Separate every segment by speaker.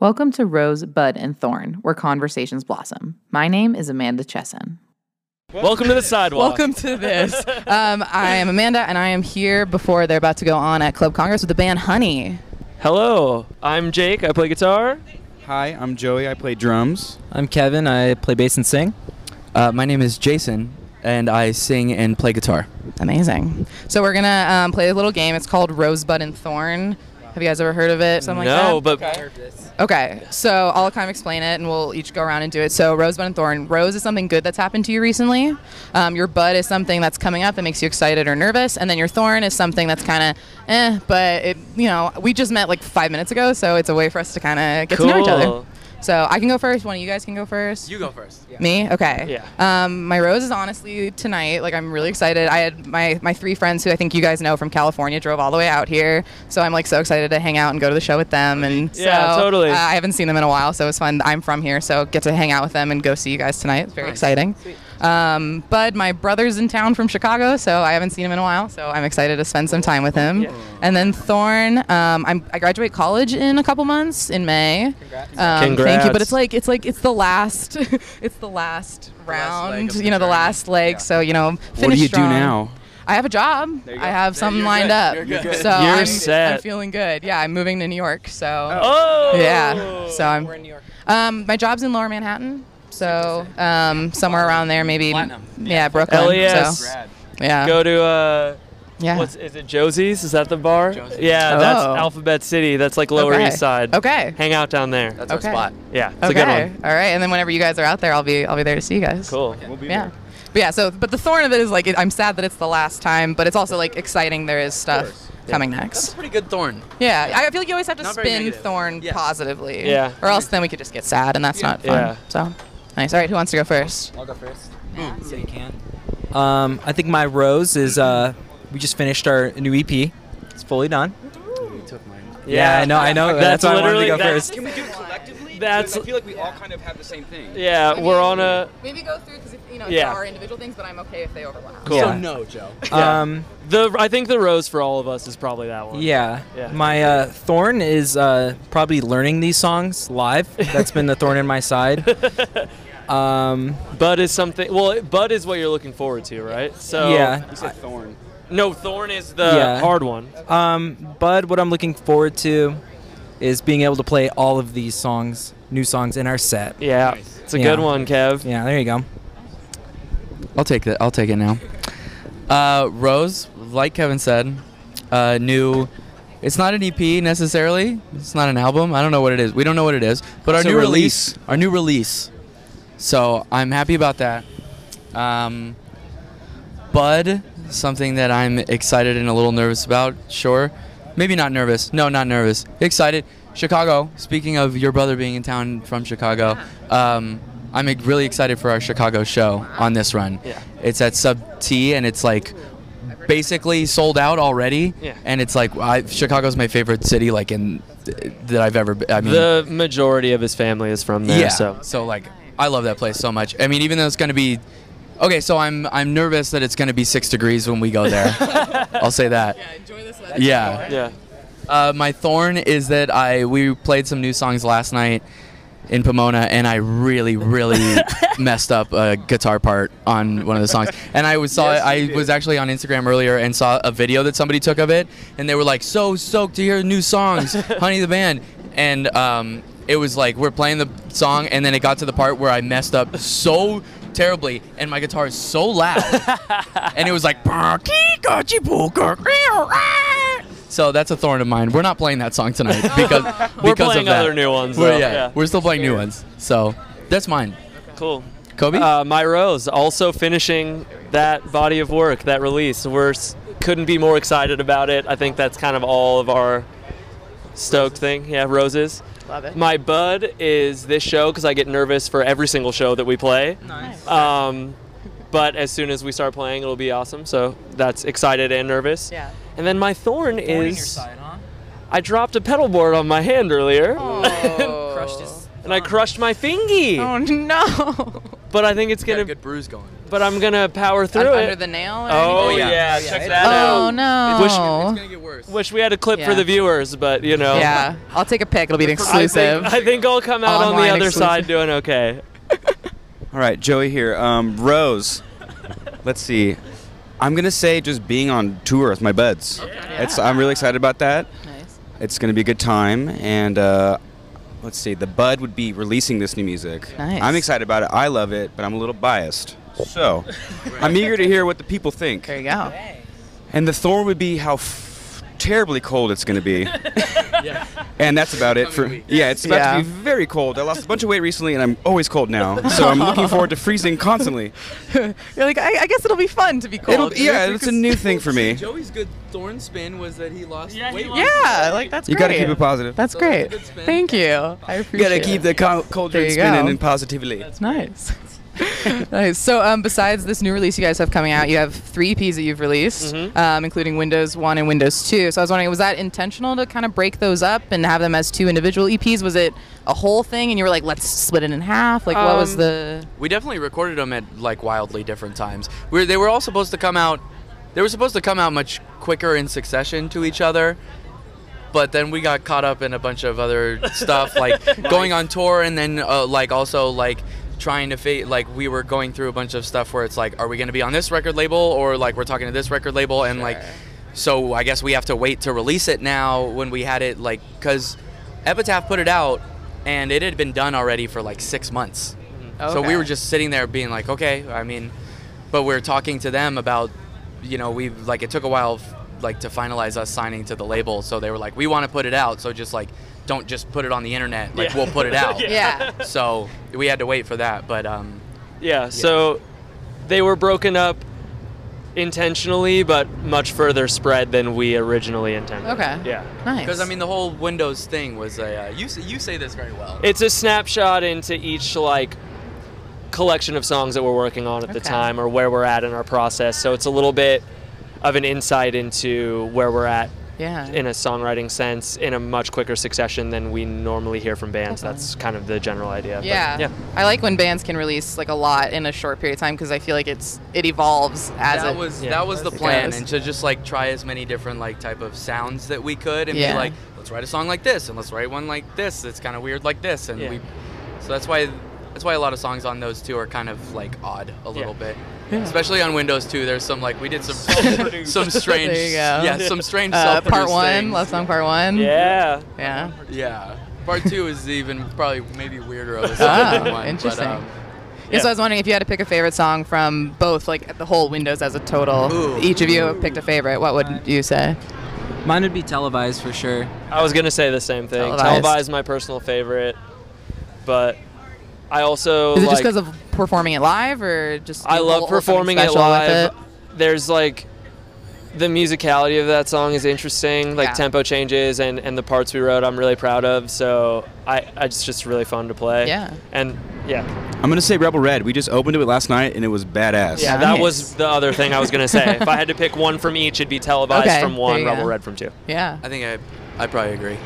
Speaker 1: Welcome to Rose, Bud, and Thorn, where conversations blossom. My name is Amanda Chesson.
Speaker 2: Welcome to the sidewalk.
Speaker 3: Welcome to this. Um, I am Amanda, and I am here before they're about to go on at Club Congress with the band Honey.
Speaker 2: Hello, I'm Jake. I play guitar.
Speaker 4: Hi, I'm Joey. I play drums.
Speaker 5: I'm Kevin. I play bass and sing. Uh, my name is Jason, and I sing and play guitar.
Speaker 3: Amazing. So we're gonna um, play a little game. It's called Rosebud and Thorn. Have you guys ever heard of it? Something
Speaker 2: no,
Speaker 3: like that.
Speaker 2: but
Speaker 3: okay. So I'll kind of explain it, and we'll each go around and do it. So Rosebud and Thorn. Rose is something good that's happened to you recently. Um, your bud is something that's coming up that makes you excited or nervous, and then your thorn is something that's kind of eh. But it, you know, we just met like five minutes ago, so it's a way for us to kind of get to know each
Speaker 2: Cool.
Speaker 3: other. So I can go first. One of you guys can go first.
Speaker 5: You go first. Yeah.
Speaker 3: Me? Okay.
Speaker 2: Yeah.
Speaker 3: Um, my rose is honestly tonight. Like I'm really excited. I had my my three friends who I think you guys know from California drove all the way out here, so I'm like so excited to hang out and go to the show with them. And
Speaker 2: Yeah,
Speaker 3: so,
Speaker 2: totally.
Speaker 3: Uh, I haven't seen them in a while, so it's fun. I'm from here, so get to hang out with them and go see you guys tonight. It's very exciting. Um, Bud, my brother's in town from Chicago, so I haven't seen him in a while, so I'm excited to spend some time with him. And then Thorn, um, I'm, I graduate college in a couple months in May. Congrats. Um, thank you,
Speaker 2: Congrats.
Speaker 3: but it's like like it's like it's the last it's the last round you know the last leg so you know finish
Speaker 4: what do you
Speaker 3: strong.
Speaker 4: do now?
Speaker 3: i have a job i have something lined up so
Speaker 2: You're
Speaker 3: I'm, I'm
Speaker 2: set.
Speaker 3: feeling good yeah i'm moving to new york so
Speaker 2: oh
Speaker 3: yeah so i'm we're in new york um my job's in lower manhattan so um somewhere around there maybe yeah brooklyn
Speaker 2: LES.
Speaker 3: so yeah
Speaker 2: E Go to uh,
Speaker 3: yeah
Speaker 2: what's is it Josie's? Is that the bar? Yeah, that's
Speaker 3: Oh.
Speaker 2: Alphabet City. That's like Lower
Speaker 3: Okay.
Speaker 2: East Side.
Speaker 3: Okay.
Speaker 2: Hang out down there. That's
Speaker 3: okay
Speaker 2: yeah, it's
Speaker 3: okay
Speaker 2: a good one.
Speaker 3: all right and then whenever you guys are out there i'll be i'll be there to see you guys
Speaker 2: Cool.
Speaker 3: yeah but yeah so but the thorn of it is like it, i'm sad that it's the last time but it's also like exciting there is stuff coming next
Speaker 5: Pretty good thorn.
Speaker 3: yeah I- i feel like you always have to
Speaker 5: Not very
Speaker 3: spin
Speaker 5: negative.
Speaker 3: thorn
Speaker 5: Yes.
Speaker 3: positively
Speaker 2: Yeah.
Speaker 3: or else then we could just get sad and that's not fun
Speaker 2: Yeah.
Speaker 3: so nice all right who wants to go first
Speaker 5: I'll go first.
Speaker 6: Hmm. Um, I think my rose is uh, we just finished our new EP. It's fully done. Yeah, I know, I know.
Speaker 2: That's
Speaker 6: That's, why I wanted to
Speaker 2: literally-
Speaker 6: go
Speaker 2: that's-
Speaker 6: first.
Speaker 4: Can we do it collectively?
Speaker 2: That's-
Speaker 4: Because I feel like we all kind of have the same thing.
Speaker 3: Uh,
Speaker 2: Yeah, we're on a
Speaker 3: maybe go through because you know
Speaker 2: it's Yeah. our
Speaker 3: individual things but i'm okay if they overlap
Speaker 2: cool.
Speaker 6: Yeah.
Speaker 5: No, Joe.
Speaker 2: Yeah.
Speaker 6: Um,
Speaker 2: The I think the rose for all of us is probably that one.
Speaker 6: yeah.
Speaker 2: Yeah.
Speaker 6: My uh, thorn is uh, probably learning these songs live. That's been the thorn in my side. Um,
Speaker 2: Bud is something. Well, bud is what you're looking forward to, right?
Speaker 5: Oh.
Speaker 2: So
Speaker 6: yeah.
Speaker 4: You said thorn.
Speaker 2: No, thorn is the
Speaker 6: Yeah.
Speaker 2: hard one.
Speaker 6: Um, but what I'm looking forward to is being able to play all of these songs, new songs in our set.
Speaker 2: Yeah, it's a
Speaker 6: Yeah.
Speaker 2: good one, Kev.
Speaker 6: Yeah, there you go.
Speaker 5: I'll take that. I'll take it now. Uh, Rose, like Kevin said, uh, new. It's not an EP necessarily. It's not an album. I don't know what it is. We don't know what it is. But
Speaker 6: It's
Speaker 5: our
Speaker 6: a
Speaker 5: new
Speaker 6: release.
Speaker 5: Our new release. So I'm happy about that. Um, Bud, something that I'm excited and a little nervous about. Sure, maybe not nervous. No, not nervous. Excited. Chicago. Speaking of your brother being in town from Chicago, um, I'm like, really excited for our Chicago show on this run.
Speaker 2: Yeah.
Speaker 5: It's at Sub T, and it's like basically sold out already.
Speaker 2: Yeah.
Speaker 5: And it's like I, Chicago's my favorite city, like in that I've ever. Been. I mean,
Speaker 2: The majority of his family is from there,
Speaker 5: Mm. yeah.
Speaker 2: so
Speaker 5: like, I love that place so much. I mean, even though it's gonna be, okay. So I'm I'm nervous that it's gonna be six degrees when we go there. I'll say that.
Speaker 3: enjoy this weather
Speaker 5: Yeah.
Speaker 2: yeah.
Speaker 5: Uh, my thorn is that I we played some new songs last night in Pomona, and I really really messed up a guitar part on one of the songs. And I was saw I was actually on Instagram earlier and saw a video that somebody took of it, and they were like, "So stoked to hear new songs, Honey the Band," and um, it was like we're playing the song, and then it got to the part where I messed up so terribly, and my guitar is so loud and it was like so that's a thorn of mine we're not playing that song tonight because
Speaker 2: We're
Speaker 5: because
Speaker 2: playing
Speaker 5: of that.
Speaker 2: other new ones.
Speaker 5: we're,
Speaker 2: though.
Speaker 5: yeah, we're still playing new ones so that's mine
Speaker 2: cool.
Speaker 5: kobe
Speaker 2: Uh, My Rose also finishing that body of work, that release. We're s- couldn't be more excited about it. I think that's kind of all of our stoked thing. Yeah, roses.
Speaker 3: love it
Speaker 2: My bud is this show because I get nervous for every single show that we play.
Speaker 6: Nice.
Speaker 2: Um, but as soon as we start playing, it'll be awesome. So that's excited and nervous.
Speaker 3: yeah
Speaker 2: And then my thorn is I dropped a pedal board on my hand earlier,
Speaker 3: oh.
Speaker 2: and I crushed my fingy.
Speaker 3: oh no
Speaker 2: But I think it's
Speaker 5: got
Speaker 2: gonna
Speaker 5: bruise going
Speaker 2: but I'm gonna power through it.
Speaker 3: Under the nail. Or
Speaker 2: oh,
Speaker 3: anything?
Speaker 2: yeah.
Speaker 5: yeah.
Speaker 2: check
Speaker 4: It-
Speaker 2: that
Speaker 1: Oh no.
Speaker 2: out.
Speaker 4: get worse.
Speaker 2: Wish we had a clip for
Speaker 3: Um, Yeah.
Speaker 2: the viewers, but you know.
Speaker 3: Yeah, I'll take a pic. It'll be an
Speaker 2: I think,
Speaker 3: exclusive.
Speaker 2: I think I'll come out on the
Speaker 3: Online
Speaker 2: other
Speaker 3: exclusive.
Speaker 2: side doing okay.
Speaker 4: All right, Joey here. Um, Rose, let's see. I'm gonna say just being on tour with my buds. It's, I'm really excited about that.
Speaker 3: Nice.
Speaker 4: It's gonna be a good time, and uh, let's see. The bud would be releasing this new music.
Speaker 3: Nice.
Speaker 4: I'm excited about it. I love it, but I'm a little biased. So, I'm eager to hear what the people think.
Speaker 3: There you go.
Speaker 4: And the thorn would be how f- terribly cold it's going to be. And that's about it for. Yeah, it's about
Speaker 3: Yeah.
Speaker 4: to be very cold. I lost a bunch of weight recently, and I'm always cold now. So I'm looking forward to freezing constantly.
Speaker 3: You're like, I, I guess it'll be fun to be cold.
Speaker 4: It'll, yeah, it's a new thing for me.
Speaker 5: Joey's good thorn spin was that he lost
Speaker 2: Yeah, he weight. lost-
Speaker 3: Yeah, like that's
Speaker 4: You
Speaker 3: great.
Speaker 4: got to keep it positive.
Speaker 3: That's great.
Speaker 5: good spin.
Speaker 3: Thank you. I
Speaker 4: You
Speaker 3: appreciate
Speaker 4: got to keep
Speaker 3: it.
Speaker 4: the co- cold
Speaker 3: There
Speaker 4: drink
Speaker 3: you
Speaker 4: spinning
Speaker 3: go.
Speaker 4: and positively.
Speaker 3: That's nice. nice. So, um, besides this new release you guys have coming out, you have three EPs that you've released, um, including Windows 1 and Windows 2. So, I was wondering, was that intentional to kind of break those up and have them as two individual EPs? Was it a whole thing and you were like, let's split it in half? Like, what was
Speaker 5: Um,
Speaker 3: the.
Speaker 5: We definitely recorded them at like wildly different times. We were, they were all supposed to come out. They were supposed to come out much quicker in succession to each other, but then we got caught up in a bunch of other stuff, like going on tour, and then uh, like also like trying to fit. Like we were going through a bunch of stuff where it's like, are we going to be on this record label or like we're talking to this record label, and like so I guess we have to wait to release it now when we had it like because Epitaph put it out and it had been done already for like six months. So we
Speaker 3: Okay.
Speaker 5: were just sitting there being like, okay, I mean, but we're talking to them about, you know, we like it took a while, f- like to finalize us signing to the label. So they were like, we want to put it out. So just like, don't just put it on the internet. Like
Speaker 2: Yeah.
Speaker 5: we'll put it out.
Speaker 3: Yeah.
Speaker 5: So we had to wait for that. But um,
Speaker 2: Yeah, so they were broken up intentionally, but much further spread than we originally intended.
Speaker 3: Okay.
Speaker 2: Yeah.
Speaker 3: Nice.
Speaker 5: because I mean, the whole Windows thing was a uh, you s- you say this very well.
Speaker 2: It's a snapshot into each like collection of songs that we're working on at the
Speaker 3: Okay.
Speaker 2: time or where we're at in our process. So it's a little bit of an insight into where we're at
Speaker 3: yeah.
Speaker 2: in a songwriting sense in a much quicker succession than we normally hear from bands. That's kind of the general idea. but
Speaker 3: Yeah.
Speaker 2: yeah.
Speaker 3: I like when bands can release like a lot in a short period of time because I feel like it's it evolves as
Speaker 5: that
Speaker 3: it
Speaker 5: was
Speaker 2: Yeah.
Speaker 5: that was the
Speaker 3: It
Speaker 5: plan,
Speaker 3: goes.
Speaker 5: and to just like try as many different like type of sounds that we could, and
Speaker 3: Yeah.
Speaker 5: be like, let's write a song like this, and let's write one like this. That's kind of weird like this, and
Speaker 2: Yeah.
Speaker 5: we. So that's why that's why a lot of songs on those two are kind of like odd a little bit. Especially on Windows 2, there's some like we did some some strange
Speaker 3: There you go.
Speaker 5: yeah some strange
Speaker 3: uh,
Speaker 5: self-produced
Speaker 3: part one,
Speaker 5: things.
Speaker 3: love song part one.
Speaker 2: Yeah.
Speaker 3: Yeah.
Speaker 5: yeah part two is even probably maybe weirder of a
Speaker 3: Ah,
Speaker 5: second one, but,
Speaker 3: interesting.
Speaker 5: um,
Speaker 3: Yeah, so
Speaker 2: Yeah.
Speaker 3: I was wondering if you had to pick a favorite song from both, like the whole Windows as a total.
Speaker 5: Ooh.
Speaker 3: Each of you picked a favorite. What would you say?
Speaker 6: Mine would be televised for sure.
Speaker 2: I was gonna say the same thing.
Speaker 3: Televised.
Speaker 2: Televised is my personal favorite, but I also
Speaker 3: Is it
Speaker 2: like,
Speaker 3: just because of performing it live, or just
Speaker 2: I
Speaker 3: you
Speaker 2: love
Speaker 3: hold something
Speaker 2: performing it
Speaker 3: special
Speaker 2: live.
Speaker 3: with it?
Speaker 2: There's like the musicality of that song is interesting, like
Speaker 3: Yeah.
Speaker 2: tempo changes and, and the parts we wrote I'm really proud of. So I, I it's just really fun to play.
Speaker 3: Yeah.
Speaker 2: And yeah.
Speaker 4: I'm gonna say Rebel Red. We just opened to it last night, and it was badass.
Speaker 2: Yeah, that was the other thing I was gonna say. if I had to pick one from each, it'd be televised
Speaker 3: Okay,
Speaker 2: from
Speaker 3: there
Speaker 2: one,
Speaker 3: you go.
Speaker 2: Rebel Red from two.
Speaker 3: Yeah,
Speaker 5: I think I I probably agree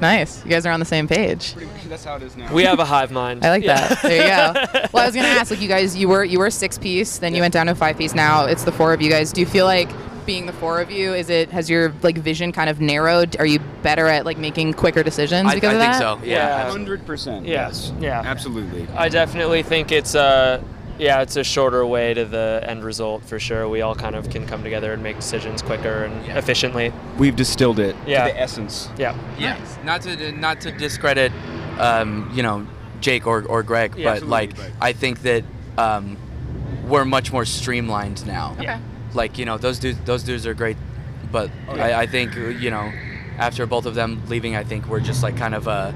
Speaker 3: nice. You guys are on the same page.
Speaker 4: That's how it is now.
Speaker 2: We have a hive mind.
Speaker 3: I like
Speaker 2: Yeah.
Speaker 3: that. There you go. Well, I was gonna ask, like, you guys, you were you were six piece, then you went down to five piece. Now it's the four of you guys. Do you feel like being the four of you is it has your like vision kind of narrowed? Are you better at like making quicker decisions
Speaker 5: I, I
Speaker 3: because of
Speaker 5: think
Speaker 3: that?
Speaker 5: so
Speaker 2: Yeah.
Speaker 4: Hundred percent.
Speaker 2: Yeah.
Speaker 4: Yes.
Speaker 2: Yeah.
Speaker 4: Absolutely.
Speaker 2: I definitely think it's a yeah, it's a shorter way to the end result for sure. We all kind of can come together and make decisions quicker and
Speaker 5: Yeah.
Speaker 2: efficiently.
Speaker 4: We've distilled it
Speaker 2: Yeah.
Speaker 4: to the essence.
Speaker 2: Yeah.
Speaker 5: Yeah, not to not to discredit, um, you know, Jake or, or Greg,
Speaker 2: Yeah,
Speaker 5: but like
Speaker 4: absolutely,
Speaker 5: I think that um, we're much more streamlined now.
Speaker 2: Yeah.
Speaker 5: Like you know, those dudes those dudes are great, but I, I think you know, after both of them leaving, I think we're just like kind of a.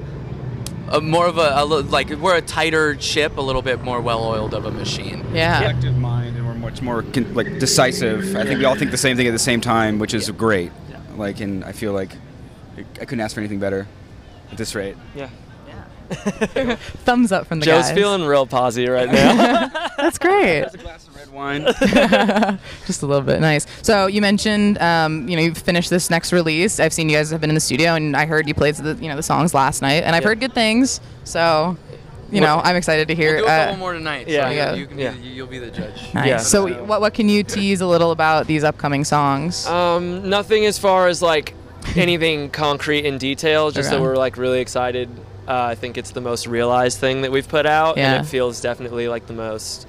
Speaker 5: A more of a, a li- like we're a tighter ship, a little bit more well-oiled of a machine.
Speaker 3: Yeah.
Speaker 4: Collective mind, and we're much more con- like decisive. I think we all think the same thing at the same time, which is great. Like, and I feel like I I couldn't ask for anything better at this rate.
Speaker 2: Yeah.
Speaker 3: Thumbs up from the
Speaker 2: Joe's
Speaker 3: guys.
Speaker 2: feeling real posy right now.
Speaker 3: That's great.
Speaker 4: glass of red wine.
Speaker 3: Just a little bit. Nice. So you mentioned, um, you know, you've finished this next release. I've seen you guys have been in the studio, and I heard you played the, you know, the songs last night, and I've
Speaker 2: Yeah.
Speaker 3: heard good things. So you know, I'm excited to hear.
Speaker 5: We'll do a
Speaker 3: uh,
Speaker 5: couple more tonight. so
Speaker 2: yeah.
Speaker 5: you-
Speaker 3: Yeah.
Speaker 5: you can be-
Speaker 2: Yeah.
Speaker 5: you- you'll be the judge.
Speaker 3: Nice.
Speaker 2: Yeah.
Speaker 3: So, what, what can you tease a little about these upcoming songs?
Speaker 2: Um, nothing as far as like anything concrete in detail. Just that
Speaker 3: Okay.
Speaker 2: we're like really excited. Uh, I think it's the most realized thing that we've put out,
Speaker 3: Yeah.
Speaker 2: and it feels definitely like the most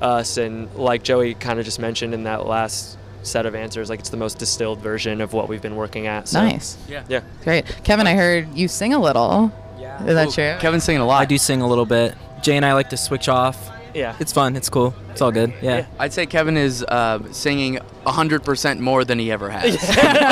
Speaker 2: us. And like Joey kind of just mentioned in that last set of answers, like it's the most distilled version of what we've been working at. So.
Speaker 3: nice.
Speaker 2: Yeah.
Speaker 3: Great. Kevin, I heard you sing a little.
Speaker 6: Yeah.
Speaker 3: Is that
Speaker 5: Ooh,
Speaker 3: true?
Speaker 5: Kevin's singing a lot.
Speaker 6: I do sing a little bit. Jay and I like to switch off.
Speaker 2: Yeah.
Speaker 6: It's fun. It's cool. It's all good. Yeah.
Speaker 5: I'd say Kevin is uh, singing 100% more than he ever has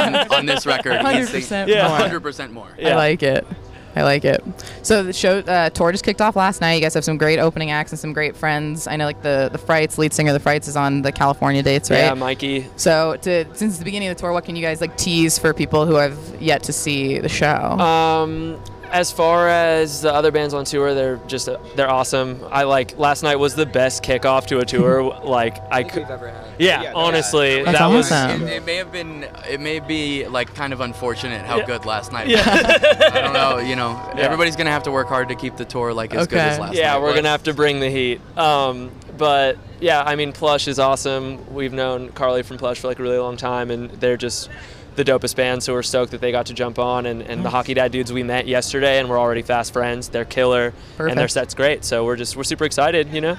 Speaker 5: on, on this record. He's
Speaker 3: 100%
Speaker 5: singing
Speaker 2: Yeah. more.
Speaker 5: 100% more.
Speaker 2: Yeah.
Speaker 3: I like it. I like it. So the show uh, tour just kicked off last night. You guys have some great opening acts and some great friends. I know like the the Frights lead singer of the Frights is on the California dates, right?
Speaker 2: Yeah, Mikey.
Speaker 3: so to, since the beginning of the tour, what can you guys like tease for people who have yet to see the show?
Speaker 2: Um, as far as the other bands on tour, they're just uh, they're awesome. I like last night was the best kickoff to a tour. like I could. Yeah,
Speaker 4: Yeah, that-
Speaker 2: honestly,
Speaker 3: That's
Speaker 2: that was
Speaker 3: awesome.
Speaker 5: It, it may have been, it may be like kind of unfortunate how good last night was.
Speaker 2: Yeah.
Speaker 5: I don't know, you know, everybody's going to have to work hard to keep the tour like as good as
Speaker 3: Okay.
Speaker 5: last night
Speaker 2: yeah, we're
Speaker 5: was.
Speaker 2: gonna have to bring the heat. Um, but yeah, I mean, Plush is awesome. We've known Carly from Plush for like a really long time, and they're just the dopest band. So we're stoked that they got to jump on. And, and the Hockey Dad dudes we met yesterday, and we're already fast friends. They're killer, and their
Speaker 3: Perfect.
Speaker 2: set's great. So we're just we're super excited. You know,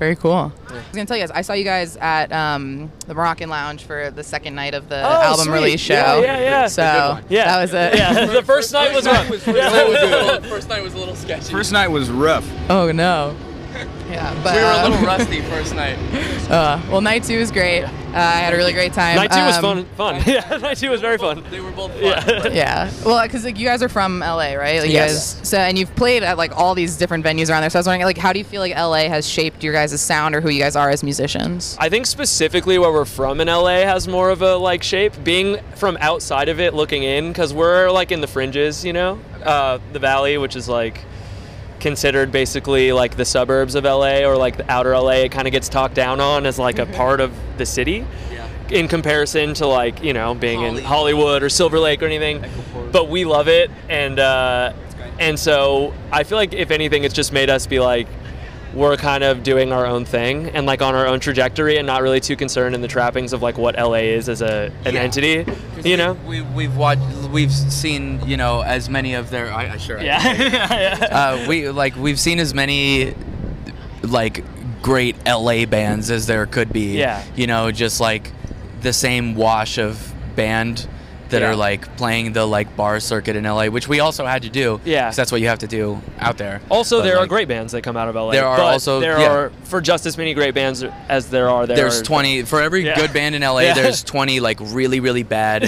Speaker 3: Very cool. I was gonna tell you guys, I saw you guys at um, the Moroccan Lounge for the second night of the
Speaker 2: Oh,
Speaker 3: album
Speaker 2: sweet.
Speaker 3: release show.
Speaker 2: Yeah, yeah, yeah.
Speaker 3: So
Speaker 2: yeah,
Speaker 3: that was it.
Speaker 2: Yeah, the first night was rough.
Speaker 5: First night was a little, first night was a little sketchy.
Speaker 4: First night was rough.
Speaker 3: Oh no. Yeah, but
Speaker 5: we were a
Speaker 3: um,
Speaker 5: little rusty first night.
Speaker 3: Uh, well, night two was great. Uh, I had a really great time.
Speaker 2: Night two was
Speaker 3: Um,
Speaker 2: fun. Fun. Yeah, night two was very fun.
Speaker 5: They were both fun.
Speaker 2: Yeah.
Speaker 5: but-
Speaker 3: Yeah, well, because like you guys are from LA, right? Like, you
Speaker 2: Yes.
Speaker 3: guys- so and you've played at like all these different venues around there. So I was wondering, like, how do you feel like LA has shaped your guys' sound or who you guys are as musicians?
Speaker 2: I think specifically where we're from in LA has more of a like shape. Being from outside of it, looking in, because we're like in the fringes, you know, uh, the Valley, which is like considered basically like the suburbs of LA or like the outer LA. It kind of gets talked down on as like a
Speaker 5: Mm-hmm.
Speaker 2: part of the city in comparison to like you know being in
Speaker 5: Hollywood.
Speaker 2: Hollywood or Silver Lake or anything. But we love it, and uh, and so I feel like if anything, it's just made us be like we're kind of doing our own thing and like on our own trajectory and not really too concerned in the trappings of like what LA is as a an
Speaker 5: Yeah.
Speaker 2: entity,
Speaker 5: 'Cause
Speaker 2: you know?
Speaker 5: we, we, have watched, we've seen, you know, as many of their. I, I sure. I-
Speaker 2: Yeah.
Speaker 5: uh, we like we've seen as many like great LA bands as there could be.
Speaker 2: Yeah.
Speaker 5: You know, just like the same wash of band that
Speaker 2: Yeah.
Speaker 5: are like playing the like bar circuit in LA, which we also had to do.
Speaker 2: Yeah.
Speaker 5: 'cause that's what you have to do out there.
Speaker 2: also,
Speaker 5: But,
Speaker 2: there are
Speaker 5: like,
Speaker 2: great bands that come out of LA.
Speaker 5: There are
Speaker 2: but
Speaker 5: also-
Speaker 2: there
Speaker 5: yeah.
Speaker 2: are for just as many great bands as there are there.
Speaker 5: There's
Speaker 2: are,
Speaker 5: 20 for every
Speaker 2: Yeah.
Speaker 5: good band in LA.
Speaker 2: Yeah.
Speaker 5: There's 20 like really really bad,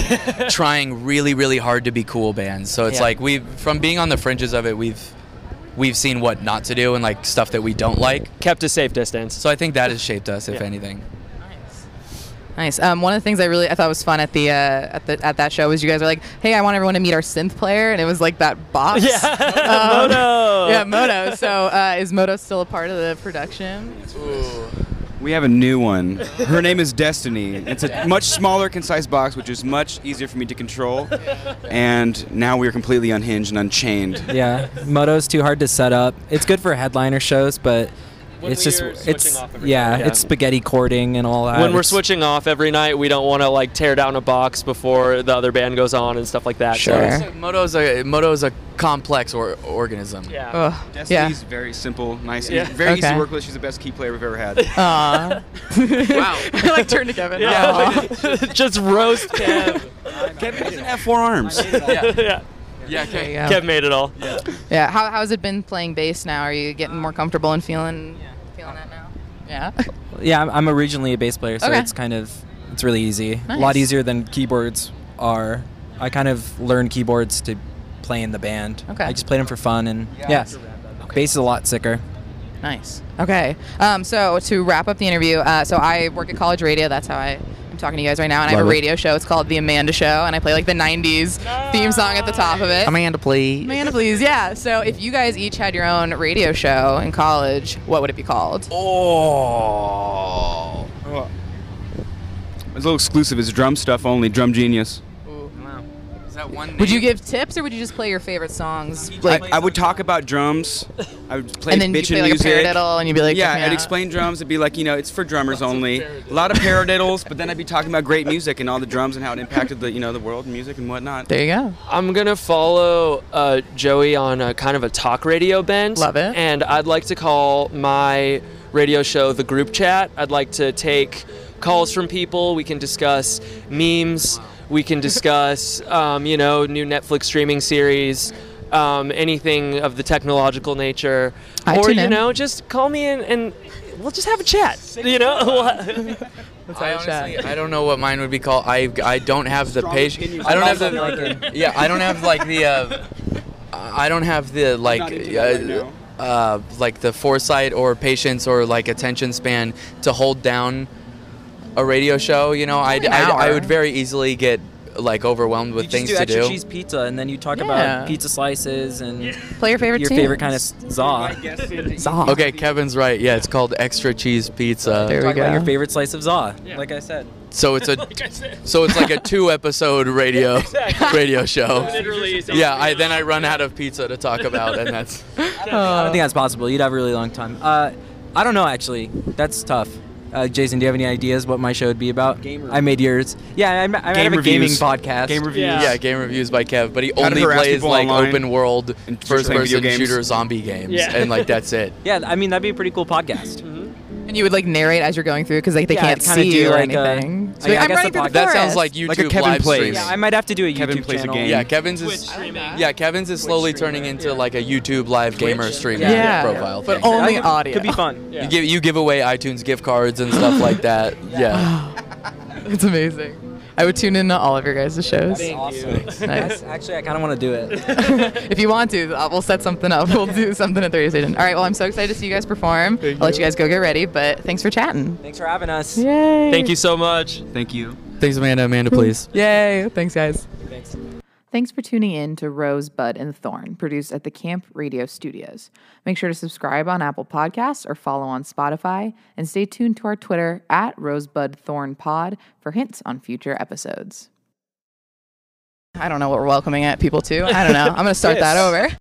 Speaker 5: trying really really hard to be cool bands. So it's
Speaker 2: Yeah.
Speaker 5: like we from being on the fringes of it, we've we've seen what not to do and like stuff that we don't like.
Speaker 2: kept a safe distance.
Speaker 5: So I think that has shaped us, if
Speaker 2: Yeah.
Speaker 5: anything.
Speaker 3: Nice. Um, one of the things I really I thought was fun at the uh, at the at that show was you guys were like, hey, I want everyone to meet our synth player, and it was like that box. Um,
Speaker 2: Yeah, Moto.
Speaker 3: Yeah, Moto. So uh, is Moto still a part of the production?
Speaker 4: We have a new one. Her name is Destiny. It's a much smaller, concise box, which is much easier for me to control. And now we are completely unhinged and unchained.
Speaker 6: Yeah. Moto's too hard to set up. It's good for headliner shows, but
Speaker 2: When
Speaker 6: it's
Speaker 2: we
Speaker 6: just
Speaker 2: are switching
Speaker 6: it's
Speaker 2: off every
Speaker 6: yeah,
Speaker 2: time.
Speaker 6: it's spaghetti cording and all that.
Speaker 2: when we're
Speaker 6: It's-
Speaker 2: switching off every night, we don't want to like tear down a box before the other band goes on and stuff like that. So
Speaker 3: Sure.
Speaker 2: it's-
Speaker 5: So Moto's a Moto's a complex or, organism.
Speaker 2: yeah.
Speaker 3: Ugh. yeah.
Speaker 4: Destiny's very simple, nice,
Speaker 2: Yeah.
Speaker 4: easy, very easy
Speaker 3: Okay.
Speaker 4: to work with. She's the best key player we've ever had.
Speaker 3: Aw.
Speaker 5: Wow.
Speaker 3: I like turned to Kevin. Aw.
Speaker 2: Yeah, just roast Kev.
Speaker 4: Kevin doesn't have four arms.
Speaker 5: yeah.
Speaker 2: yeah.
Speaker 5: Yeah.
Speaker 3: There you
Speaker 5: Okay.
Speaker 3: go.
Speaker 2: Kev made it all.
Speaker 3: Yeah. How how's it been playing bass now? Are you getting more comfortable and feeling feeling that now? Yeah.
Speaker 6: Yeah, I'm, I'm originally a bass player, so
Speaker 3: Okay.
Speaker 6: it's kind of it's really easy. A
Speaker 3: Nice.
Speaker 6: lot easier than keyboards are. I kind of learned keyboards to play in the band.
Speaker 3: Okay.
Speaker 6: I just played them for fun, and yeah, bass is a lot sicker.
Speaker 3: nice. Okay. Um, so to wrap up the interview, uh, so I work at college radio. That's how I. am talking to you guys right now, and I have a
Speaker 5: Love it.
Speaker 3: radio show. It's called The Amanda Show, and I play like the '90s theme song at the top of it.
Speaker 5: Amanda, please.
Speaker 3: Amanda, please, yeah. So, if you guys each had your own radio show in college, what would it be called?
Speaker 5: Oh.
Speaker 4: It's a little exclusive. It's drum stuff only. Drum genius.
Speaker 5: Is that one?
Speaker 3: Would you give tips or would you just play your favorite songs?
Speaker 4: I,
Speaker 3: Like,
Speaker 4: I would talk about drums. I would play
Speaker 3: and then you
Speaker 4: bitchin'
Speaker 3: play like
Speaker 4: music.
Speaker 3: a paradiddle and you'd be like,
Speaker 4: yeah,
Speaker 3: check me
Speaker 4: I'd
Speaker 3: out.
Speaker 4: explain drums. It'd be like, you know, it's for drummers only. A lot of paradiddles, but then I'd be talking about great music and all the drums and how it impacted the, you know, the world and music and whatnot.
Speaker 3: There you go.
Speaker 2: I'm gonna follow uh, Joey on a kind of a talk radio bent.
Speaker 3: Love it.
Speaker 2: And I'd like to call my radio show the group chat. I'd like to take calls from people. We can discuss memes. We can discuss, um, you know, new Netflix streaming series, um, anything of the technological nature,
Speaker 3: I
Speaker 2: or
Speaker 3: tune
Speaker 2: you
Speaker 3: in.
Speaker 2: know, just call me and, and we'll just have a chat. You know.
Speaker 5: I honestly, I don't know what mine would be called. I I don't have the patience. I don't have the yeah. I don't have like the uh, I don't have the like
Speaker 4: into that right
Speaker 5: uh, uh, like the foresight or patience or like attention span to hold down a radio show. You know, I'd,
Speaker 3: an
Speaker 5: I'd, I
Speaker 3: hour.
Speaker 5: would very easily get like overwhelmed with
Speaker 6: you
Speaker 5: things
Speaker 6: just do
Speaker 5: to
Speaker 6: extra
Speaker 5: do.
Speaker 6: cheese pizza, and then you talk
Speaker 3: Yeah.
Speaker 6: about pizza slices and
Speaker 3: Play your favorite
Speaker 6: your
Speaker 3: tunes.
Speaker 6: favorite kind of za.
Speaker 3: Zah.
Speaker 5: Okay, Kevin's right. Yeah, it's called extra cheese pizza.
Speaker 3: There Uh, we
Speaker 6: Talk
Speaker 3: go.
Speaker 6: about your favorite slice of za. Like I said,
Speaker 5: So it's a so it's like a two episode radio radio show.
Speaker 2: Literally.
Speaker 5: Yeah, I then I run out of pizza to talk about, and that's
Speaker 6: I don't think that's possible. You'd have a really long time. Uh, I don't know actually. That's tough. Uh, Jason, do you have any ideas what my show would be about?
Speaker 4: Gamer.
Speaker 6: I made yours. Yeah, I, I might have a gaming podcast.
Speaker 4: Game reviews.
Speaker 2: Yeah.
Speaker 5: yeah, game reviews by Kev. But he
Speaker 4: to
Speaker 5: only
Speaker 4: harass
Speaker 5: plays
Speaker 4: people
Speaker 5: like
Speaker 4: online
Speaker 5: open world
Speaker 4: and just
Speaker 5: first
Speaker 4: playing video
Speaker 5: person
Speaker 4: games.
Speaker 5: shooter zombie games,
Speaker 2: Yeah.
Speaker 5: and like that's it.
Speaker 6: Yeah, I mean that'd be a pretty cool
Speaker 4: Mhm.
Speaker 6: podcast.
Speaker 3: And you would like narrate as you're going through because like they
Speaker 6: Yeah,
Speaker 3: can't
Speaker 6: kinda
Speaker 3: see
Speaker 6: do,
Speaker 3: you or
Speaker 6: like, uh,
Speaker 3: anything.
Speaker 6: I-
Speaker 3: so like,
Speaker 6: I
Speaker 3: I'm
Speaker 6: guess
Speaker 3: running
Speaker 6: the
Speaker 3: through the
Speaker 6: podcast-
Speaker 5: That sounds
Speaker 3: forest.
Speaker 5: like
Speaker 4: Like a
Speaker 5: YouTube
Speaker 4: Kevin
Speaker 5: live
Speaker 4: Plays.
Speaker 5: streams.
Speaker 6: Yeah, I might have to do a
Speaker 4: Kevin
Speaker 6: YouTube
Speaker 4: plays a
Speaker 6: channel.
Speaker 4: game.
Speaker 5: Yeah, Kevin's is yeah Kevin's is slowly turning into like a YouTube live gamer streaming
Speaker 3: Yeah.
Speaker 5: profile.
Speaker 3: But oh,
Speaker 5: thing.
Speaker 3: only-
Speaker 6: That could-
Speaker 3: audio.
Speaker 6: Could be fun.
Speaker 5: you give you give away iTunes gift cards and stuff like that. Yeah,
Speaker 3: it's amazing. I would tune in to all of your guys' shows.
Speaker 6: Awesome.
Speaker 3: Nice.
Speaker 6: Actually, I kind of want to do it.
Speaker 3: If you want to, uh, we'll set something up. We'll do something at the radio station. All right. Well, I'm so excited to see you guys perform. I'll let you guys go get ready. But thanks for chatting.
Speaker 6: Thanks for having us.
Speaker 3: Yay!
Speaker 2: Thank you so much.
Speaker 4: Thank you.
Speaker 5: thanks Amanda. Amanda, please.
Speaker 3: Yay! Thanks, guys.
Speaker 1: Thanks for tuning in to Rose, Bud, and Thorn, produced at the Camp Radio Studios. Make sure to subscribe on Apple Podcasts or follow on Spotify, and stay tuned to our Twitter at Rosebud Thorn Pod for hints on future episodes.
Speaker 3: I don't know what we're welcoming at people to. I don't know. I'm gonna start that over.